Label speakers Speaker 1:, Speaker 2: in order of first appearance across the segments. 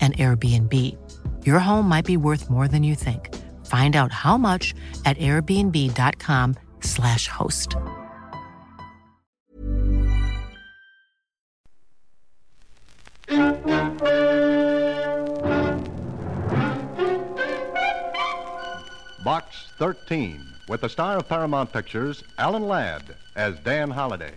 Speaker 1: an Airbnb. Your home might be worth more than you think. Find out how much at airbnb.com/slash host.
Speaker 2: Box 13, with the star of Paramount Pictures, Alan Ladd, as Dan Holliday.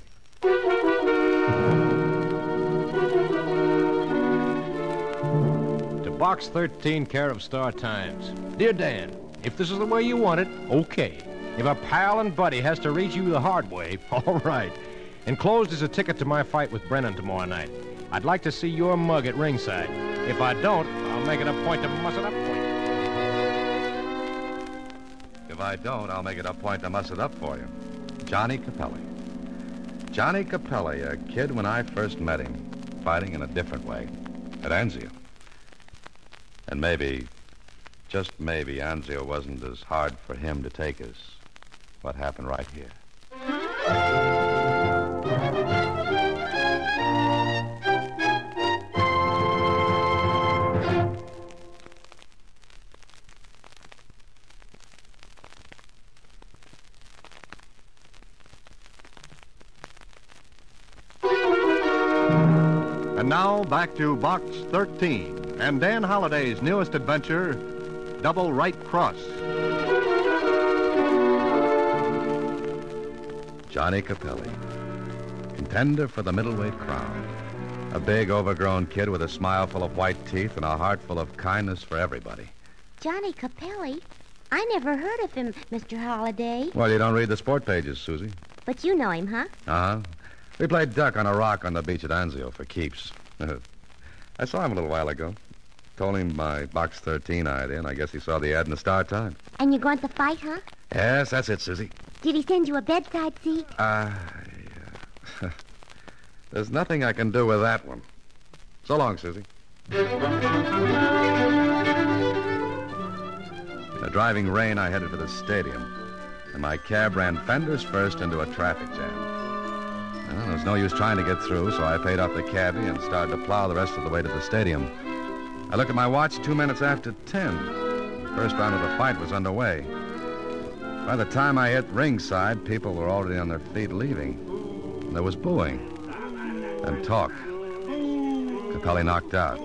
Speaker 3: To Box 13, care of Star Times. Dear Dan, if this is the way you want it, okay. If a pal and buddy has to reach you the hard way, all right. Enclosed is a ticket to my fight with Brennan tomorrow night. I'd like to see your mug at ringside. If I don't, I'll make it a point to muss it up for you.
Speaker 2: If I don't, I'll make it a point to muss it up for you. Johnny Capelli. Johnny Capelli, a kid when I first met him, fighting in a different way at Anzio. And maybe, just maybe, Anzio wasn't as hard for him to take as what happened right here. And now back to Box 13 and Dan Holliday's newest adventure, Double Right Cross. Johnny Capelli, contender for the middleweight crown. A big, overgrown kid with a smile full of white teeth and a heart full of kindness for everybody.
Speaker 4: Johnny Capelli? I never heard of him, Mr. Holliday.
Speaker 2: Well, you don't read the sport pages, Susie.
Speaker 4: But you know him, huh?
Speaker 2: Uh huh. We played duck on a rock on the beach at Anzio for keeps. I saw him a little while ago. Told him my Box 13 idea, and I guess he saw the ad in the Star Times.
Speaker 4: And you're going to fight, huh?
Speaker 2: Yes, that's it, Susie.
Speaker 4: Did he send you a bedside seat?
Speaker 2: Uh, yeah. There's nothing I can do with that one. So long, Susie. In the driving rain, I headed for the stadium, and my cab ran fenders first into a traffic jam. Well, there was no use trying to get through, so I paid off the cabbie and started to plow the rest of the way to the stadium. I looked at my watch two minutes after ten. The first round of the fight was underway. By the time I hit ringside, people were already on their feet leaving. And there was booing and talk. Capelli knocked out.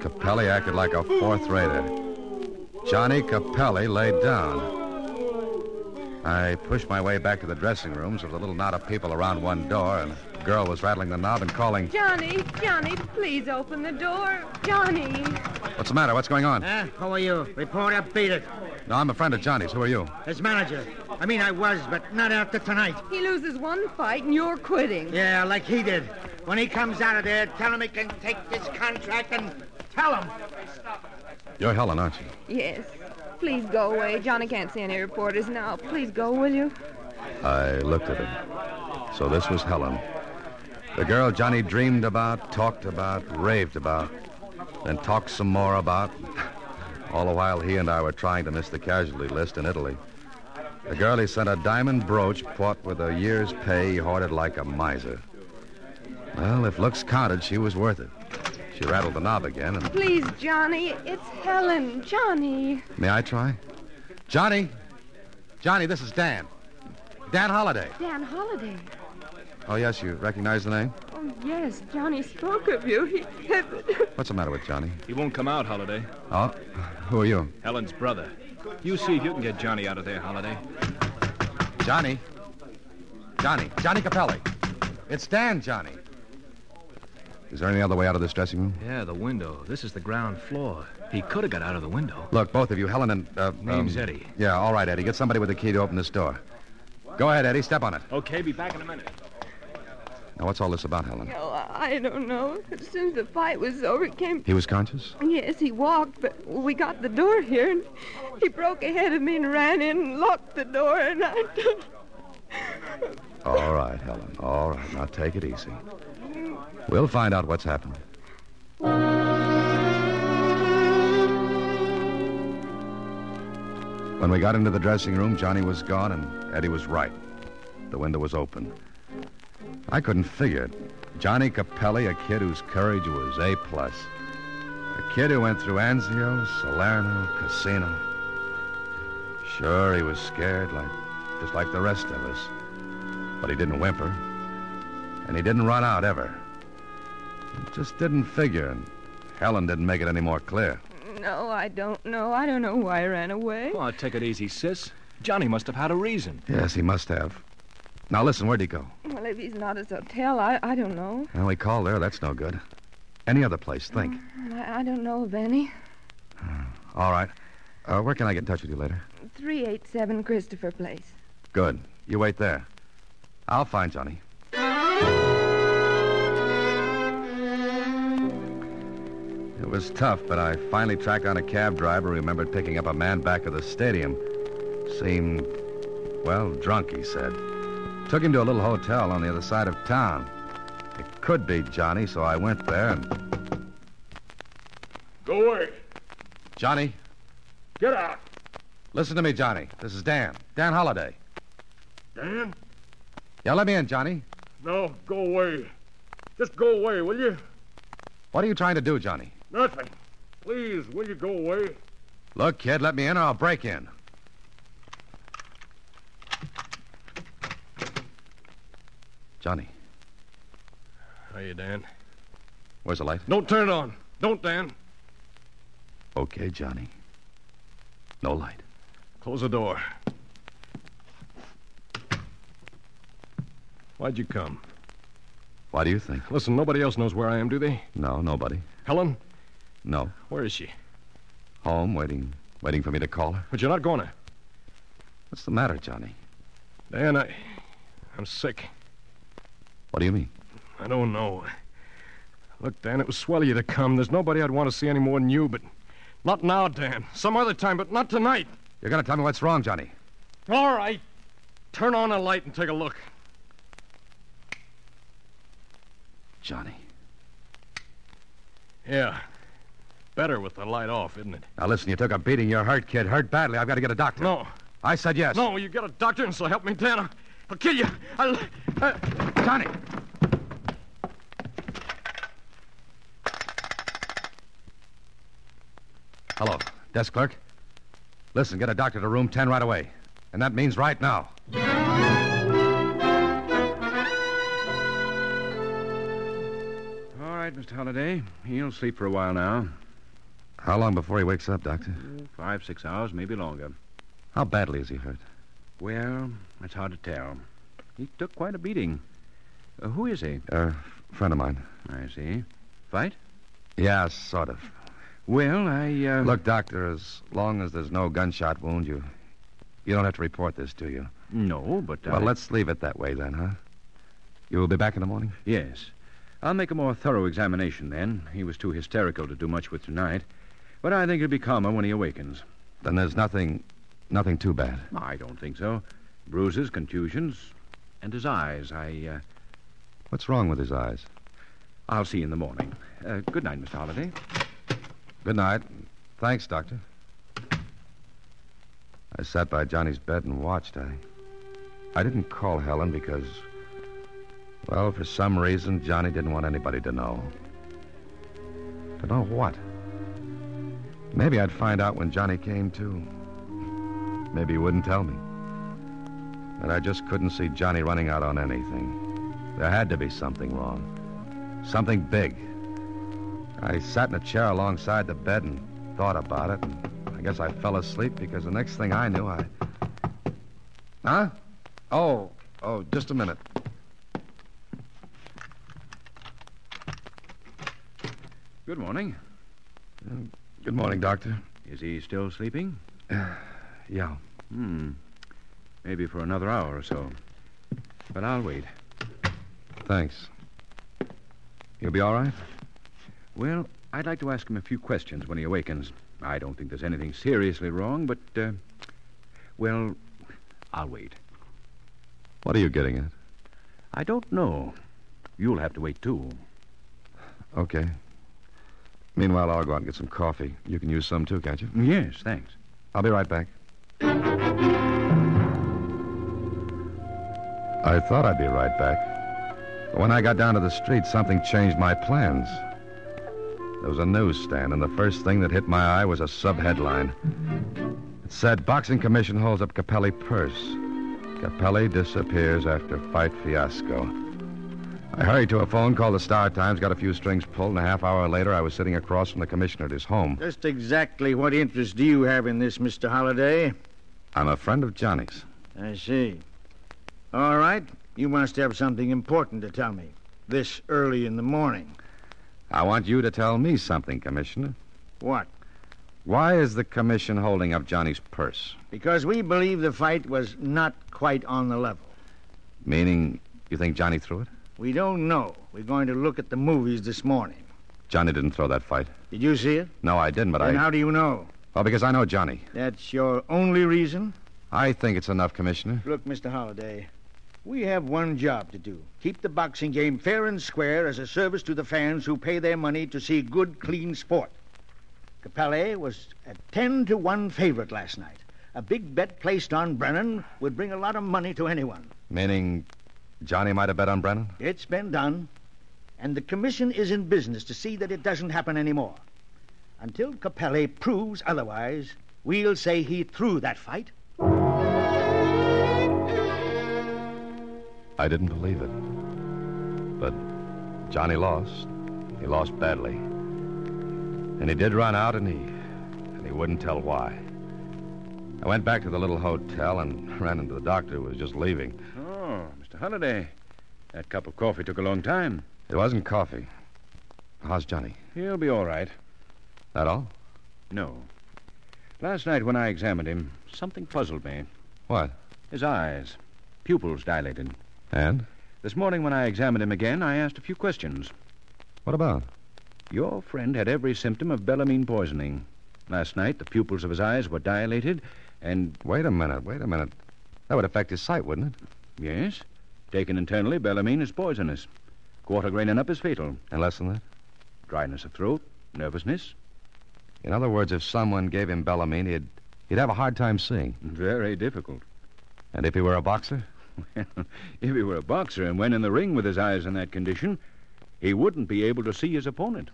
Speaker 2: Capelli acted like a fourth rater. Johnny Capelli laid down. I pushed my way back to the dressing rooms with a little knot of people around one door, and a girl was rattling the knob and calling,
Speaker 5: Johnny, Johnny, please open the door. Johnny.
Speaker 2: What's the matter? What's going on?
Speaker 6: Huh? Who are you? Reporter, beat it.
Speaker 2: No, I'm a friend of Johnny's. Who are you?
Speaker 6: As manager. I mean, I was, but not after tonight.
Speaker 5: He loses one fight and you're quitting.
Speaker 6: Yeah, like he did. When he comes out of there, tell him he can take this contract and tell him.
Speaker 2: You're Helen, aren't you?
Speaker 5: Yes. Please go away. Johnny can't see any reporters now. Please go, will you?
Speaker 2: I looked at her. So this was Helen. The girl Johnny dreamed about, talked about, raved about, then talked some more about. All the while he and I were trying to miss the casualty list in Italy. The girl he sent a diamond brooch bought with a year's pay, he hoarded like a miser. Well, if looks counted, she was worth it. She rattled the knob again, and
Speaker 5: Please, Johnny, it's Helen. Johnny.
Speaker 2: may I try? Johnny, Johnny, this is Dan. Dan Holliday.
Speaker 5: Dan Holliday.
Speaker 2: Oh yes, you recognize the name?
Speaker 5: Oh, yes, Johnny spoke of you. He.
Speaker 2: What's the matter with Johnny?
Speaker 7: He won't come out, Holiday.
Speaker 2: Oh, who are you?
Speaker 7: Helen's brother. You see if you can get Johnny out of there, Holiday.
Speaker 2: Johnny. Johnny. Johnny Capelli. It's Dan, Johnny. Is there any other way out of this dressing room?
Speaker 7: Yeah, the window. This is the ground floor. He could have got out of the window.
Speaker 2: Look, both of you, Helen and. Uh,
Speaker 7: Name's Eddie.
Speaker 2: Yeah, all right, Eddie. Get somebody with a key to open this door. Go ahead, Eddie. Step on it.
Speaker 7: Okay, be back in a minute.
Speaker 2: Now, what's all this about, Helen?
Speaker 5: Oh, I don't know. As soon as the fight was over, it came.
Speaker 2: He was conscious?
Speaker 5: Yes, he walked, but we got the door here, and he broke ahead of me and ran in and locked the door, and I.
Speaker 2: All right, Helen. All right. Now, take it easy. We'll find out what's happened. When we got into the dressing room, Johnny was gone, and Eddie was right. The window was open. I couldn't figure it. Johnny Capelli, a kid whose courage was A plus. A kid who went through Anzio, Salerno, Casino. Sure, he was scared, like just like the rest of us. But he didn't whimper. And he didn't run out ever. It just didn't figure, and Helen didn't make it any more clear.
Speaker 5: No, I don't know. I don't know why I ran away.
Speaker 7: Oh, take it easy, sis. Johnny must have had a reason.
Speaker 2: Yes, he must have. Now listen, where'd he go?
Speaker 5: Well, if he's not his hotel, I, I don't know.
Speaker 2: Well, we called there. That's no good. Any other place? Think.
Speaker 5: I, I don't know of any.
Speaker 2: All right. Uh, where can I get in touch with you later?
Speaker 5: 387 Christopher Place.
Speaker 2: Good. You wait there. I'll find Johnny. It was tough, but I finally tracked down a cab driver who remembered picking up a man back at the stadium. Seemed, well, drunk, he said. Took him to a little hotel on the other side of town. It could be Johnny, so I went there and.
Speaker 6: Go away.
Speaker 2: Johnny,
Speaker 6: Get out.
Speaker 2: listen to me, Johnny. This is Dan. Dan Holliday.
Speaker 6: Dan?
Speaker 2: Yeah, let me in, Johnny.
Speaker 6: No, go away. Just go away, will you?
Speaker 2: What are you trying to do, Johnny?
Speaker 6: Nothing. Please, will you go away?
Speaker 2: Look, kid, let me in or I'll break in. Johnny,
Speaker 3: How you, Dan?
Speaker 2: where's the light?
Speaker 6: Don't turn it on. Don't, Dan.
Speaker 2: Okay, Johnny. No light.
Speaker 3: Close the door. Why'd you come?
Speaker 2: Why do you think?
Speaker 3: Listen, nobody else knows where I am, do they?
Speaker 2: No, nobody.
Speaker 3: Helen,
Speaker 2: No.
Speaker 3: where is she?
Speaker 2: Home, waiting, waiting for me to call her.
Speaker 3: But you're not going to.
Speaker 2: What's the matter, Johnny?
Speaker 3: Dan, I. I'm sick.
Speaker 2: What do you mean?
Speaker 3: I don't know. Look, Dan, it was swell of you to come. There's nobody I'd want to see any more than you, but not now, Dan. Some other time, but not tonight.
Speaker 2: You're going to tell me what's wrong, Johnny.
Speaker 3: All right. Turn on a light and take a look.
Speaker 2: Johnny.
Speaker 3: Yeah. Better with the light off, isn't it?
Speaker 2: Now listen, you took a beating. You're hurt, kid. Hurt badly. I've got to get a doctor.
Speaker 3: No.
Speaker 2: I said yes.
Speaker 3: No, you get a doctor, and so help me, Dan. I'll, I'll kill you. I'll. uh, I-
Speaker 2: Johnny. Hello, desk clerk. Listen, get a doctor to room 10 right away. And that means right now.
Speaker 7: All right, Mr. Holiday. He'll sleep for a while now.
Speaker 2: How long before he wakes up, Doctor?
Speaker 7: Five, six hours, maybe longer.
Speaker 2: How badly is he hurt?
Speaker 7: Well, it's hard to tell. He took quite a beating. Uh, who is he?
Speaker 2: A friend of mine.
Speaker 7: I see. Fight?
Speaker 2: Yeah, sort of.
Speaker 7: Well, I, uh...
Speaker 2: Look, Doctor, as long as there's no gunshot wound, you. You don't have to report this, do you?
Speaker 7: No, but uh, I...
Speaker 2: Well, let's leave it that way then, huh? You'll be back in the morning?
Speaker 7: Yes. I'll make a more thorough examination then. He was too hysterical to do much with tonight. But I think he'll be calmer when he awakens.
Speaker 2: Then there's nothing. nothing too bad.
Speaker 7: I don't think so. Bruises, contusions, and his eyes. I, uh,
Speaker 2: What's wrong with his eyes?
Speaker 3: I'll see you in the morning. Uh, good night, Mr. Holliday.
Speaker 2: Good night. Thanks, Doctor. I sat by Johnny's bed and watched. I. I didn't call Helen because. Well, for some reason, Johnny didn't want anybody to know. To know what? Maybe I'd find out when Johnny came to. Maybe he wouldn't tell me. But I just couldn't see Johnny running out on anything. There had to be something wrong. Something big. I sat in a chair alongside the bed and thought about it. And I guess I fell asleep because the next thing I knew, I. Huh? Oh, oh, just a minute.
Speaker 3: Good morning.
Speaker 2: Good morning, Doctor.
Speaker 3: Is he still sleeping?
Speaker 2: Yeah.
Speaker 3: Hmm. Maybe for another hour or so. But I'll wait.
Speaker 2: Thanks. You'll be all right?
Speaker 3: Well, I'd like to ask him a few questions when he awakens. I don't think there's anything seriously wrong, but, uh, well, I'll wait.
Speaker 2: What are you getting at?
Speaker 3: I don't know. You'll have to wait, too.
Speaker 2: Okay. Meanwhile, I'll go out and get some coffee. You can use some too, can't you?
Speaker 3: Yes, thanks.
Speaker 2: I'll be right back. I thought I'd be right back. But when I got down to the street, something changed my plans. There was a newsstand, and the first thing that hit my eye was a subheadline. It said, Boxing Commission holds up Capelli purse. Capelli disappears after fight fiasco. I hurried to a phone, called the Star Times, got a few strings pulled, and a half hour later I was sitting across from the commissioner at his home.
Speaker 8: Just exactly what interest do you have in this, Mr. Holliday?
Speaker 2: I'm a friend of Johnny's.
Speaker 8: I see. All right. You must have something important to tell me. This early in the morning.
Speaker 2: I want you to tell me something, Commissioner.
Speaker 8: What?
Speaker 2: Why is the commission holding up Johnny's purse?
Speaker 8: Because we believe the fight was not quite on the level.
Speaker 2: Meaning, you think Johnny threw it?
Speaker 8: We don't know. We're going to look at the movies this morning.
Speaker 2: Johnny didn't throw that fight.
Speaker 8: Did you see it?
Speaker 2: No, I didn't, but
Speaker 8: then
Speaker 2: I.
Speaker 8: how do you know?
Speaker 2: Well, because I know Johnny.
Speaker 8: That's your only reason?
Speaker 2: I think it's enough, Commissioner.
Speaker 8: Look, Mr. Holliday, we have one job to do. Keep the boxing game fair and square as a service to the fans who pay their money to see good, clean sport. Capelli was a 10 to 1 favorite last night. A big bet placed on Brennan would bring a lot of money to anyone.
Speaker 2: Meaning, Johnny might have bet on Brennan?
Speaker 8: It's been done, and the commission is in business to see that it doesn't happen anymore. Until Capelli proves otherwise, we'll say he threw that fight.
Speaker 2: I didn't believe it. But Johnny lost. He lost badly. And he did run out, and he. and he wouldn't tell why. I went back to the little hotel and ran into the doctor who was just leaving.
Speaker 3: Oh, Mr. Holliday. That cup of coffee took a long time.
Speaker 2: It wasn't coffee. How's Johnny?
Speaker 3: He'll be all right.
Speaker 2: That all?
Speaker 3: No. Last night when I examined him, something puzzled me.
Speaker 2: What?
Speaker 3: His eyes, pupils dilated.
Speaker 2: And?
Speaker 3: This morning when I examined him again, I asked a few questions.
Speaker 2: What about?
Speaker 3: Your friend had every symptom of Bellamine poisoning. Last night, the pupils of his eyes were dilated, and
Speaker 2: Wait a minute, wait a minute. That would affect his sight, wouldn't it?
Speaker 3: yes, taken internally, Bellamine is poisonous. Quarter grain and up is fatal.
Speaker 2: And less than that?
Speaker 3: Dryness of throat, nervousness.
Speaker 2: In other words, if someone gave him Bellamine, he'd, he'd have a hard time seeing.
Speaker 3: Very difficult.
Speaker 2: And if he were a boxer?
Speaker 3: if he were a boxer and went in the ring with his eyes in that condition, he wouldn't be able to see his opponent.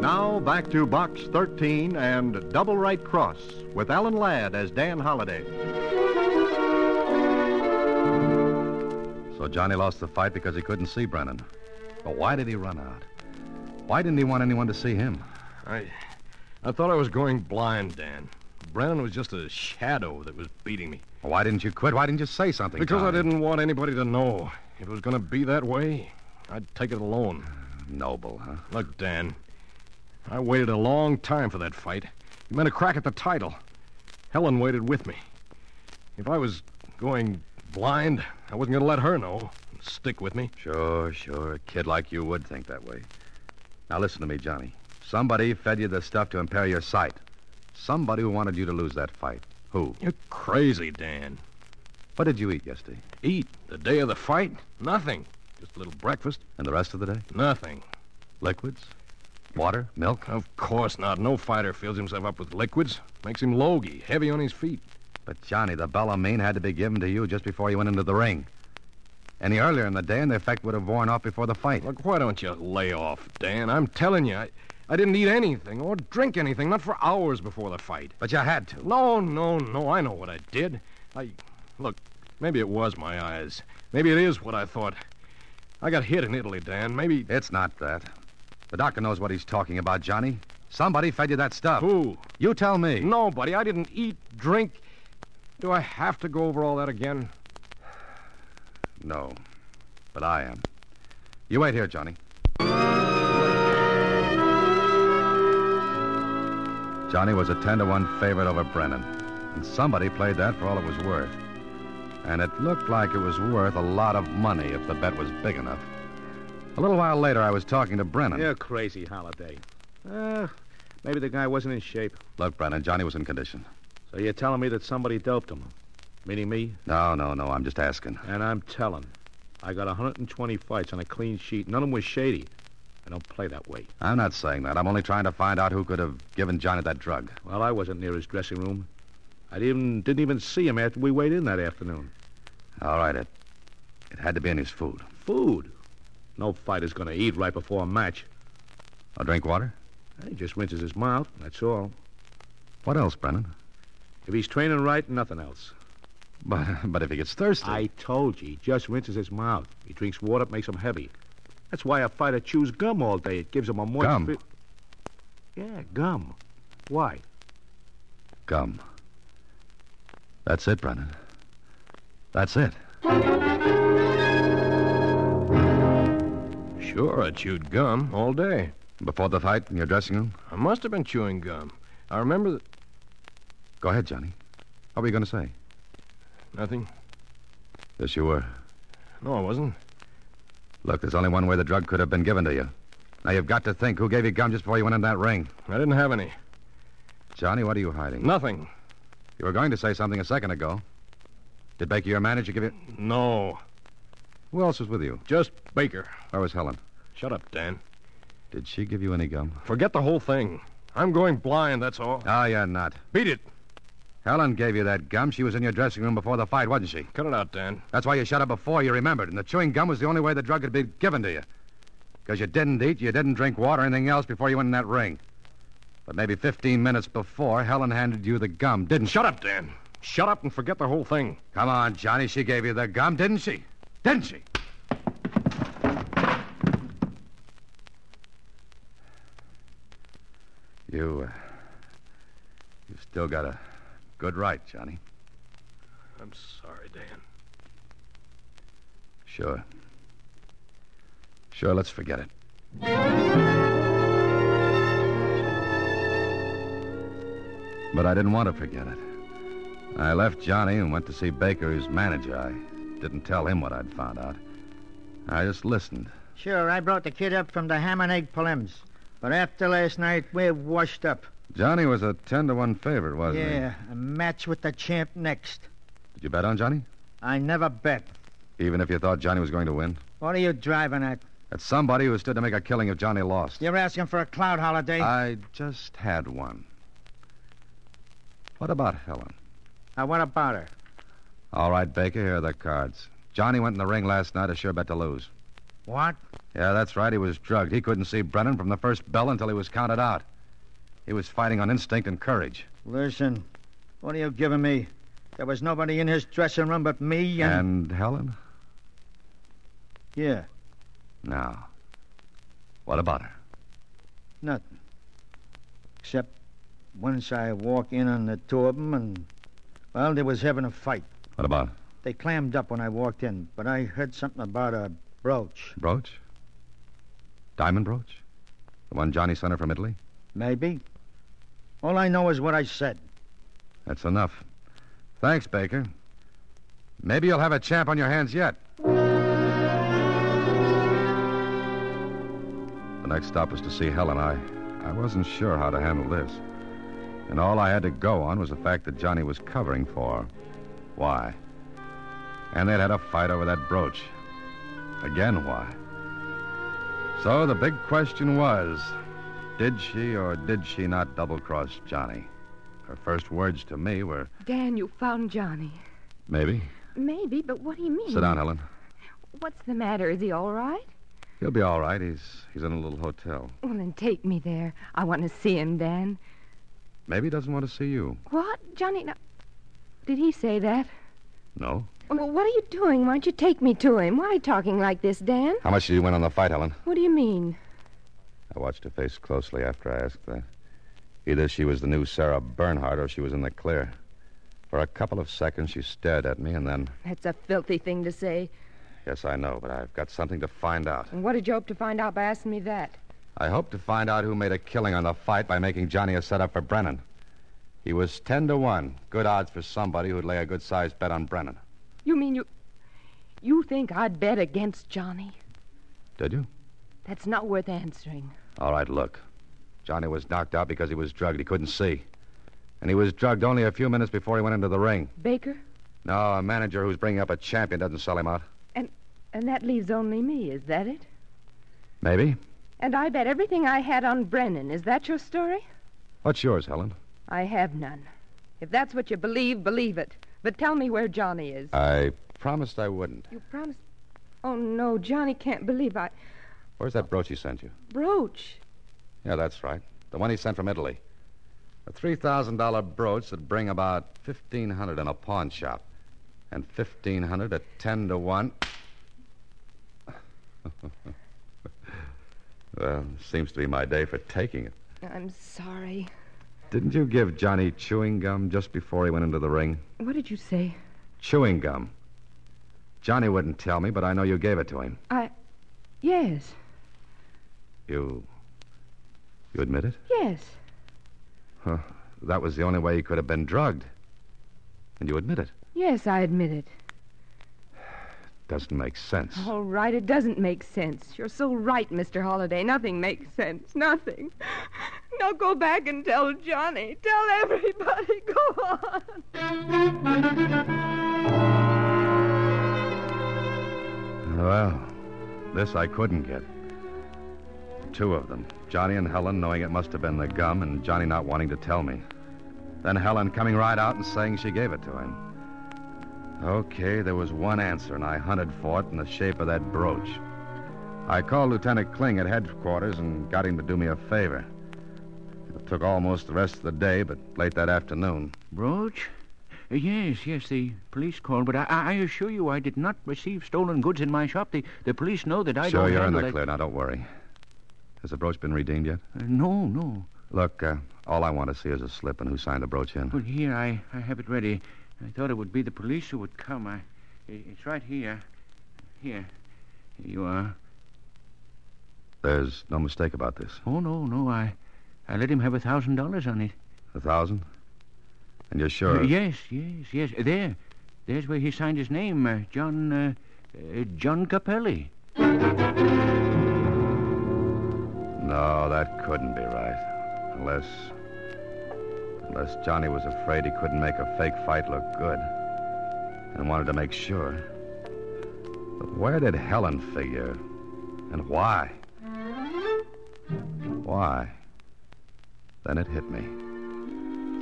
Speaker 9: Now back to Box 13 and Double Right Cross with Alan Ladd as Dan Holliday.
Speaker 2: So Johnny lost the fight because he couldn't see Brennan. But why did he run out? Why didn't he want anyone to see him?
Speaker 5: I, I thought I was going blind, Dan. Brennan was just a shadow that was beating me.
Speaker 2: Why didn't you quit? Why didn't you say something?
Speaker 5: Because I
Speaker 2: Johnny?
Speaker 5: didn't want anybody to know. If it was going to be that way, I'd take it alone.
Speaker 2: Noble, huh?
Speaker 5: Look, Dan, I waited a long time for that fight. You meant a crack at the title. Helen waited with me. If I was going blind, I wasn't going to let her know and stick with me.
Speaker 2: Sure, sure. A kid like you would think that way. Now listen to me, Johnny. Somebody fed you the stuff to impair your sight. Somebody who wanted you to lose that fight. Who?
Speaker 3: You're crazy, Dan.
Speaker 2: What did you eat yesterday?
Speaker 3: Eat. The day of the fight? Nothing. Just a little breakfast.
Speaker 2: And the rest of the day?
Speaker 3: Nothing.
Speaker 2: Liquids? Water? Milk?
Speaker 3: Of course not. No fighter fills himself up with liquids. Makes him logy, heavy on his feet.
Speaker 2: But, Johnny, the Bellamine had to be given to you just before you went into the ring. Any earlier in the day, and the effect would have worn off before the fight.
Speaker 3: Look, why don't you lay off, Dan? I'm telling you, I, I didn't eat anything or drink anything, not for hours before the fight.
Speaker 2: But you had to.
Speaker 3: No, no, no. I know what I did. I. Look, maybe it was my eyes. Maybe it is what I thought. I got hit in Italy, Dan. Maybe.
Speaker 2: It's not that. The doctor knows what he's talking about, Johnny. Somebody fed you that stuff.
Speaker 3: Who?
Speaker 2: You tell me.
Speaker 3: Nobody. I didn't eat, drink. Do I have to go over all that again?
Speaker 2: No. But I am. You wait here, Johnny. Johnny was a 10 to 1 favorite over Brennan. And somebody played that for all it was worth. And it looked like it was worth a lot of money if the bet was big enough. A little while later, I was talking to Brennan.
Speaker 10: You're crazy, Holiday. Uh, maybe the guy wasn't in shape.
Speaker 2: Look, Brennan, Johnny was in condition.
Speaker 10: So you're telling me that somebody doped him? Meaning me?
Speaker 2: No, no, no. I'm just asking.
Speaker 10: And I'm telling. I got 120 fights on a clean sheet. None of them was shady. I don't play that way.
Speaker 2: I'm not saying that. I'm only trying to find out who could have given Johnny that drug.
Speaker 10: Well, I wasn't near his dressing room. I didn't, didn't even see him after we weighed in that afternoon.
Speaker 2: All right, it, it had to be in his food.
Speaker 10: Food? No fighter's going to eat right before a match.
Speaker 2: I'll drink water?
Speaker 10: He just rinses his mouth, that's all.
Speaker 2: What else, Brennan?
Speaker 10: If he's training right, nothing else.
Speaker 2: But, but if he gets thirsty.
Speaker 10: I told you, he just rinses his mouth. He drinks water, it makes him heavy. That's why a fighter chews gum all day. It gives him a moist.
Speaker 2: Gum?
Speaker 10: Fit. Yeah, gum. Why?
Speaker 2: Gum. That's it, Brennan. That's it.
Speaker 3: Sure, I chewed gum all day.
Speaker 2: Before the fight in your dressing room?
Speaker 3: I must have been chewing gum. I remember that.
Speaker 2: Go ahead, Johnny. What were you going to say?
Speaker 3: Nothing.
Speaker 2: Yes, you were.
Speaker 3: No, I wasn't.
Speaker 2: Look, there's only one way the drug could have been given to you. Now, you've got to think who gave you gum just before you went in that ring.
Speaker 3: I didn't have any.
Speaker 2: Johnny, what are you hiding?
Speaker 3: Nothing.
Speaker 2: You were going to say something a second ago. Did Baker, your manager, give you.
Speaker 3: No.
Speaker 2: Who else was with you?
Speaker 3: Just Baker.
Speaker 2: Where was Helen?
Speaker 3: Shut up, Dan.
Speaker 2: Did she give you any gum?
Speaker 3: Forget the whole thing. I'm going blind, that's all.
Speaker 2: No, you're Oh, not.
Speaker 3: Beat it.
Speaker 2: Helen gave you that gum. She was in your dressing room before the fight, wasn't she?
Speaker 3: Cut it out, Dan.
Speaker 2: That's why you shut up before you remembered. And the chewing gum was the only way the drug could be given to you. Because you didn't eat, you didn't drink water, or anything else before you went in that ring. But maybe 15 minutes before, Helen handed you the gum, didn't she?
Speaker 3: Shut up, Dan. Shut up and forget the whole thing.
Speaker 2: Come on, Johnny. She gave you the gum, didn't she? Didn't she? You. Uh, you still got a good right, Johnny.
Speaker 3: I'm sorry, Dan.
Speaker 2: Sure. Sure, let's forget it. But I didn't want to forget it. I left Johnny and went to see Baker, who's manager. I didn't tell him what I'd found out. I just listened.
Speaker 11: Sure, I brought the kid up from the ham and egg polims. But after last night, we're washed up.
Speaker 2: Johnny was a 10 to 1 favorite, wasn't he?
Speaker 11: yeah, a match with the champ next.
Speaker 2: Did you bet on Johnny?
Speaker 11: I never bet.
Speaker 2: Even if you thought Johnny was going to win?
Speaker 11: What are you driving at?
Speaker 2: That's somebody who stood to make a killing if Johnny lost.
Speaker 11: You're asking for a cloud holiday.
Speaker 2: I just had one. What about Helen?
Speaker 11: Now, what about her?
Speaker 2: All right, Baker, here are the cards. Johnny went in the ring last night, a sure bet to lose.
Speaker 11: What?
Speaker 2: Yeah, that's right. He was drugged. He couldn't see Brennan from the first bell until he was counted out. He was fighting on instinct and courage.
Speaker 11: Listen, what are you giving me? There was nobody in his dressing room but me and.
Speaker 2: And Helen?
Speaker 11: Yeah,
Speaker 2: Now, what about her?
Speaker 11: nothing. Except once I walk in on the two of 'em and. Well, they was having a fight.
Speaker 2: What about
Speaker 11: They clammed up when I walked in, but I heard something about a brooch.
Speaker 2: brooch? Diamond brooch? The one Johnny sent her from Italy?
Speaker 11: Maybe. All I know is what I said.
Speaker 2: That's enough. Thanks, Baker. Maybe you'll have a champ on your hands yet. The next stop was to see Helen. I, I wasn't sure how to handle this. And all I had to go on was the fact that Johnny was covering for her. Why? And they'd had a fight over that brooch. Again, why? So the big question was did she or did she not double cross Johnny? Her first words to me were
Speaker 5: Dan, you found Johnny.
Speaker 2: maybe.
Speaker 5: Maybe, but what do you mean?
Speaker 2: Sit down, Helen.
Speaker 5: What's the matter? Is he all right?
Speaker 2: He'll be all right. He's, he's in a little hotel.
Speaker 5: Well, then take me there. I want to see him, Dan.
Speaker 2: Maybe he doesn't want to see you.
Speaker 5: What? Johnny, now. Did he say that?
Speaker 2: No?
Speaker 5: Well, what are you doing? Why don't you take me to him? Why are you talking like this, Dan?
Speaker 2: How much did you win on the fight, Helen?
Speaker 5: What do you mean?
Speaker 2: I watched her face closely after I asked that. Either she was the new Sarah Bernhardt or she was in the clear. For a couple of seconds, she stared at me, and then,
Speaker 5: That's a filthy thing to say.
Speaker 2: yes, I know, but I've got something to find out.
Speaker 5: And what did you hope to find out by asking me that?
Speaker 2: I hope to find out who made a killing on the fight by making Johnny a setup for Brennan. He was 10 to 1. Good odds for somebody who'd lay a good sized bet on Brennan.
Speaker 5: You mean you. You think I'd bet against Johnny?
Speaker 2: Did you?
Speaker 5: That's not worth answering.
Speaker 2: All right, look. Johnny was knocked out because he was drugged. He couldn't see. And he was drugged only a few minutes before he went into the ring.
Speaker 5: Baker?
Speaker 2: No, a manager who's bringing up a champion doesn't sell him out.
Speaker 5: And that leaves only me, is that it?
Speaker 2: Maybe.
Speaker 5: And I bet everything I had on Brennan. Is that your story?
Speaker 2: What's yours, Helen?
Speaker 5: I have none. If that's what you believe, believe it. But tell me where Johnny is.
Speaker 2: I promised I wouldn't.
Speaker 5: You promised. Oh, no, Johnny can't believe I.
Speaker 2: Where's that brooch he sent you?
Speaker 5: Brooch.
Speaker 2: Yeah, that's right. The one he sent from Italy. A $3,000 brooch that'd bring about 1500 in a pawn shop. And 1500 at 10 to 1. well, seems to be my day for taking it.
Speaker 5: I'm sorry.
Speaker 2: Didn't you give Johnny chewing gum just before he went into the ring?
Speaker 5: What did you say?
Speaker 2: Chewing gum. Johnny wouldn't tell me, but I know you gave it to him.
Speaker 5: I. Yes,
Speaker 2: You. You admit it?
Speaker 5: yes.
Speaker 2: Huh. That was the only way he could have been drugged. And you admit it.
Speaker 5: Yes, I admit it.
Speaker 2: Doesn't make sense.
Speaker 5: All right, it doesn't make sense. You're so right, Mr. Holliday. Nothing makes sense. Nothing. Now go back and tell Johnny. Tell everybody. Go on.
Speaker 2: Well, this I couldn't get. Two of them. Johnny and Helen knowing it must have been the gum, and Johnny not wanting to tell me. Then Helen coming right out and saying she gave it to him. Okay, there was one answer, and I hunted for it in the shape of that brooch. I called Lieutenant Kling at headquarters and got him to do me a favor. It took almost the rest of the day, but late that afternoon.
Speaker 12: Brooch? Uh, Yes, yes, the police called, but I, I I assure you I did not receive stolen goods in my shop. The, the police know that I
Speaker 2: sure,
Speaker 12: don't
Speaker 2: you're in
Speaker 12: handle
Speaker 2: the
Speaker 12: that-
Speaker 2: clear. Now, don't worry. Has the brooch been redeemed yet?
Speaker 12: Uh, no, no.
Speaker 2: Look, uh, all I want to see is a slip and who signed the brooch in.
Speaker 12: Well, here, I, I have it ready. I thought it would be the police who would come. I, i- it's right here. Here. Here you are.
Speaker 2: There's no mistake about this.
Speaker 12: Oh, no, no, I, I let him have a thousand dollars on it.
Speaker 2: A thousand? And you're sure?
Speaker 12: Uh, yes, yes, yes. There. There's where he signed his name, uh, John, uh, uh, John Capelli.
Speaker 2: No, that couldn't be right. Unless. Unless Johnny was afraid he couldn't make a fake fight look good. And wanted to make sure. But where did Helen figure? And why? Why? Then it hit me.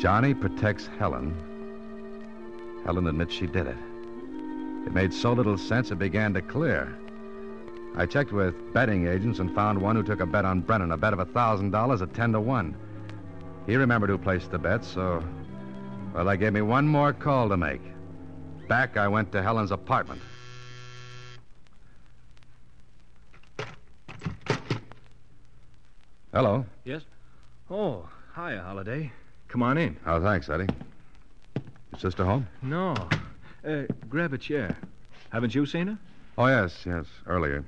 Speaker 2: Johnny protects Helen. Helen admits she did it. It made so little sense it began to clear. I checked with betting agents and found one who took a bet on Brennan, a bet of $1,000 at 10 to 1. He remembered who placed the bet, so. Well, they gave me one more call to make. Back I went to Helen's apartment. Hello.
Speaker 13: Yes? Oh, hi, Holiday. Come on in.
Speaker 2: Oh, thanks, Eddie. Your sister home?
Speaker 13: No. Uh, grab a chair. Haven't you seen her?
Speaker 2: Oh, yes, yes, earlier.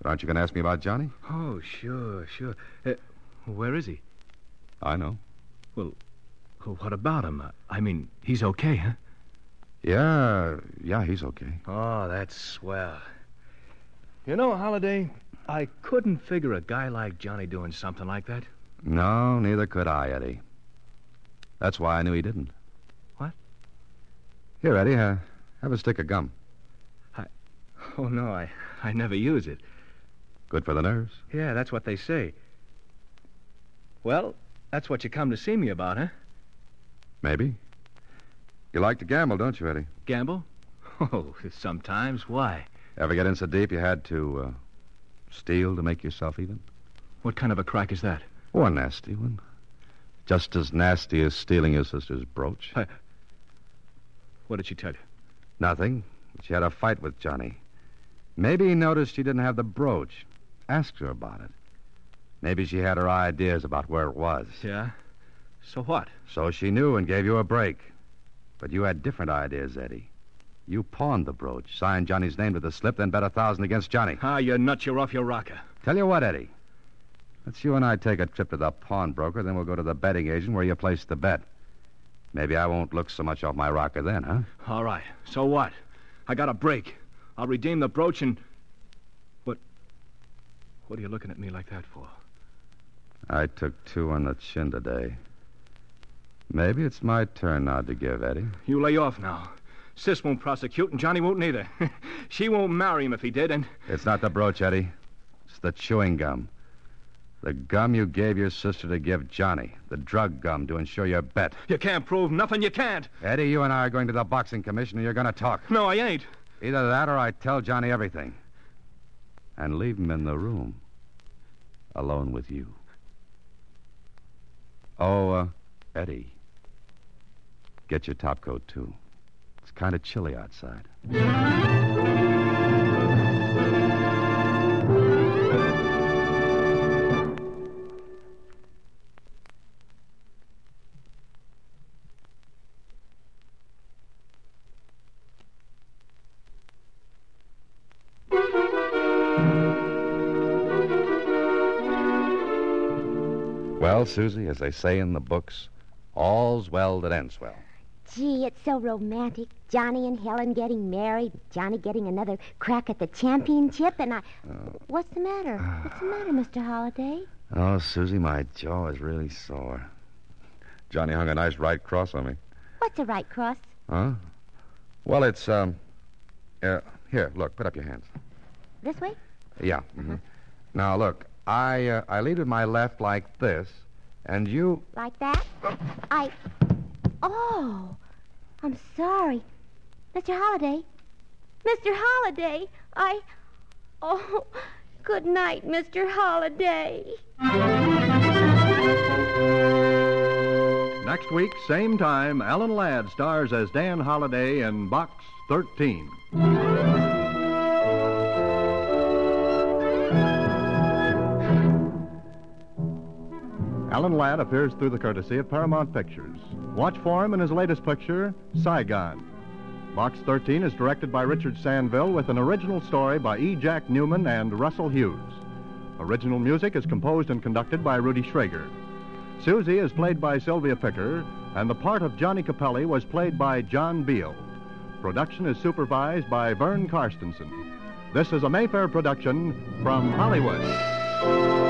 Speaker 2: But aren't you going to ask me about Johnny?
Speaker 13: Oh, sure, sure. Uh, where is he?
Speaker 2: I know.
Speaker 13: Well, what about him? I mean, he's okay, huh?
Speaker 2: Yeah, yeah, he's okay.
Speaker 3: Ah,
Speaker 13: Oh, that's swell. You know, Holiday,
Speaker 3: I couldn't figure a guy like Johnny doing something like that.
Speaker 2: No, neither could I, Eddie. That's why I knew he didn't.
Speaker 3: What?
Speaker 2: Here, Eddie, uh, have a stick of gum.
Speaker 3: Oh, no, I, I never use it.
Speaker 2: Good for the nerves.
Speaker 3: Yeah, that's what they say. Well, that's what you come to see me about, huh?
Speaker 2: Maybe. You like to gamble, don't you, Eddie?
Speaker 3: Gamble? Oh, sometimes. Why?
Speaker 2: Ever get in so deep you had to uh, steal to make yourself even?
Speaker 3: What kind of a crack is that?
Speaker 2: Oh, a nasty one. Just as nasty as stealing your sister's brooch.
Speaker 3: What did she tell you?
Speaker 2: Nothing. She had a fight with Johnny. Maybe he noticed she didn't have the brooch. Asked her about it. Maybe she had her ideas about where it was.
Speaker 3: Yeah? So what?
Speaker 2: So she knew and gave you a break. But you had different ideas, Eddie. You pawned the brooch, signed Johnny's name to the slip, then bet a thousand against Johnny.
Speaker 3: Ah, you're nuts. You're off your rocker.
Speaker 2: Tell you what, Eddie. Let's you and I take a trip to the pawnbroker, then we'll go to the betting agent where you placed the bet. Maybe I won't look so much off my rocker then, huh?
Speaker 3: All right. So what? I got a break. I'll redeem the brooch and. What? What are you looking at me like that for?
Speaker 2: I took two on the chin today. Maybe it's my turn now to give, Eddie.
Speaker 3: You lay off now. Sis won't prosecute, and Johnny won't either. she won't marry him if he did, and.
Speaker 2: It's not the brooch, Eddie. It's the chewing gum. The gum you gave your sister to give Johnny. The drug gum to insure your bet.
Speaker 3: You can't prove nothing. You can't.
Speaker 2: Eddie, you and I are going to the boxing commission, and you're going to talk.
Speaker 3: No, I ain't.
Speaker 2: Either that or I tell Johnny everything. And leave him in the room. Alone with you. Oh, uh, Eddie. Get your top coat, too. It's kind of chilly outside. Well, Susie, as they say in the books, all's well that ends well.
Speaker 4: Gee, it's so romantic. Johnny and Helen getting married, Johnny getting another crack at the championship, and I. What's the matter? What's the matter, Mr. Holliday?
Speaker 2: Oh, Susie, my jaw is really sore. Johnny hung a nice right cross on me.
Speaker 4: What's a right cross?
Speaker 2: Huh? Well, it's, um. Uh, here, look, put up your hands.
Speaker 4: This way?
Speaker 2: Yeah. hmm Now, look, I, uh, I lead with my left like this, and you.
Speaker 4: Like that? I. Oh, I'm sorry. Mr. Holliday. Mr. Holliday, I. Oh, good night, Mr. Holliday.
Speaker 14: Next week, same time, Alan Ladd stars as Dan Holliday in Box 13. Alan Ladd appears through the courtesy of Paramount Pictures. Watch for him in his latest picture, Saigon. Box 13 is directed by Richard Sandville with an original story by E. Jack Newman and Russell Hughes. Original music is composed and conducted by Rudy Schrager. Susie is played by Sylvia Picker, and the part of Johnny Capelli was played by John Beale. Production is supervised by Vern Karstensen. This is a Mayfair production from Hollywood.